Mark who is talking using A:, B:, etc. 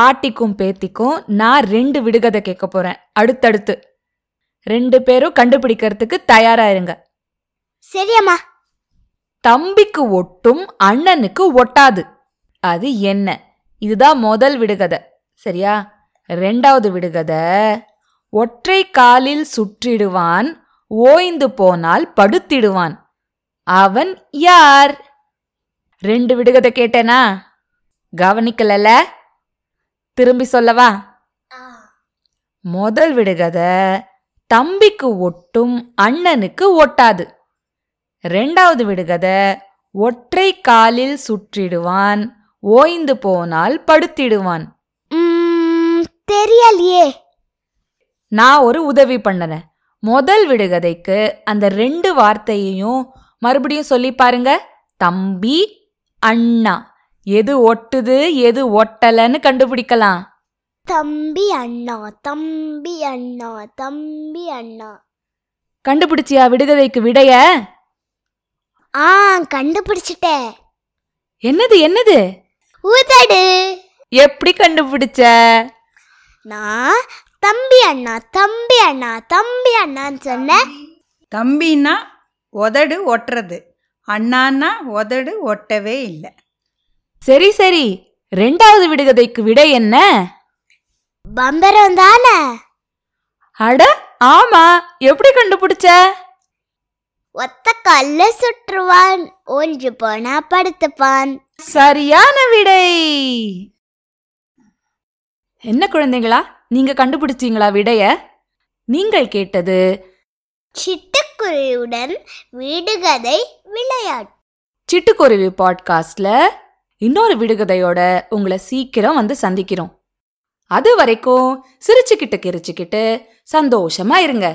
A: பாட்டிக்கும் பேத்திக்கும் நான் ரெண்டு விடுகதை கேட்க போறேன் அடுத்தடுத்து ரெண்டு பேரும் கண்டுபிடிக்கிறதுக்கு தயாரா இருங்க
B: சரி அம்மா
A: தம்பிக்கு ஒட்டும் அண்ணனுக்கு ஒட்டாது அது என்ன இதுதான் முதல் விடுகதை சரியா ரெண்டாவது விடுகதை ஒற்றை காலில் சுற்றிடுவான் ஓய்ந்து போனால் படுத்திடுவான் அவன் யார் ரெண்டு விடுகதை கேட்டேனா கவனிக்கலல திரும்பி சொல்லவா முதல் விடுகதை தம்பிக்கு ஒட்டும் அண்ணனுக்கு ஒட்டாது ரெண்டாவது விடுகதை ஒற்றை காலில் சுற்றிடுவான் ஓய்ந்து போனால் படுத்திடுவான்
B: ம், தெரியலையே
A: நான் ஒரு உதவி பண்ணனேன் முதல் விடுகதைக்கு அந்த ரெண்டு வார்த்தையையும் மறுபடியும் சொல்லி பாருங்க தம்பி அண்ணா எது ஒட்டுது எது ஒட்டலைன்னு கண்டுபிடிக்கலாம்
B: தம்பி அண்ணா தம்பி அண்ணா தம்பி அண்ணா
A: கண்டுபிடிச்சியா விடுகதைக்கு விடைய
B: ஆ கண்டுபிடிச்சிட்டேன்
A: என்னது என்னது
B: ஊதடு
A: எப்படி கண்டுபிடிச்ச
B: நான் தம்பி அண்ணா தம்பி அண்ணா தம்பி அண்ணான்னு சொன்னேன்
C: தம்பின்னா உதடு ஒட்டுறது அண்ணான்னா உதடு ஒட்டவே இல்லை
A: சரி சரி ரெண்டாவது விடுகதைக்கு விடை என்ன
B: பம்பரம் தானே
A: அட ஆமா எப்படி கண்டுபிடிச்ச
B: ஒத்த கல்ல சுற்றுவான் ஒன்று போனா படுத்துப்பான்
A: சரியான விடை என்ன குழந்தைங்களா நீங்க கண்டுபிடிச்சீங்களா விடைய நீங்கள் கேட்டது
B: சிட்டுக்குருவியுடன் வீடுகதை விளையாட்டு
A: சிட்டுக்குருவி பாட்காஸ்ட்ல இன்னொரு விடுகதையோட உங்களை சீக்கிரம் வந்து சந்திக்கிறோம் அது வரைக்கும் சிரிச்சுக்கிட்டு கிரிச்சுக்கிட்டு சந்தோஷமா இருங்க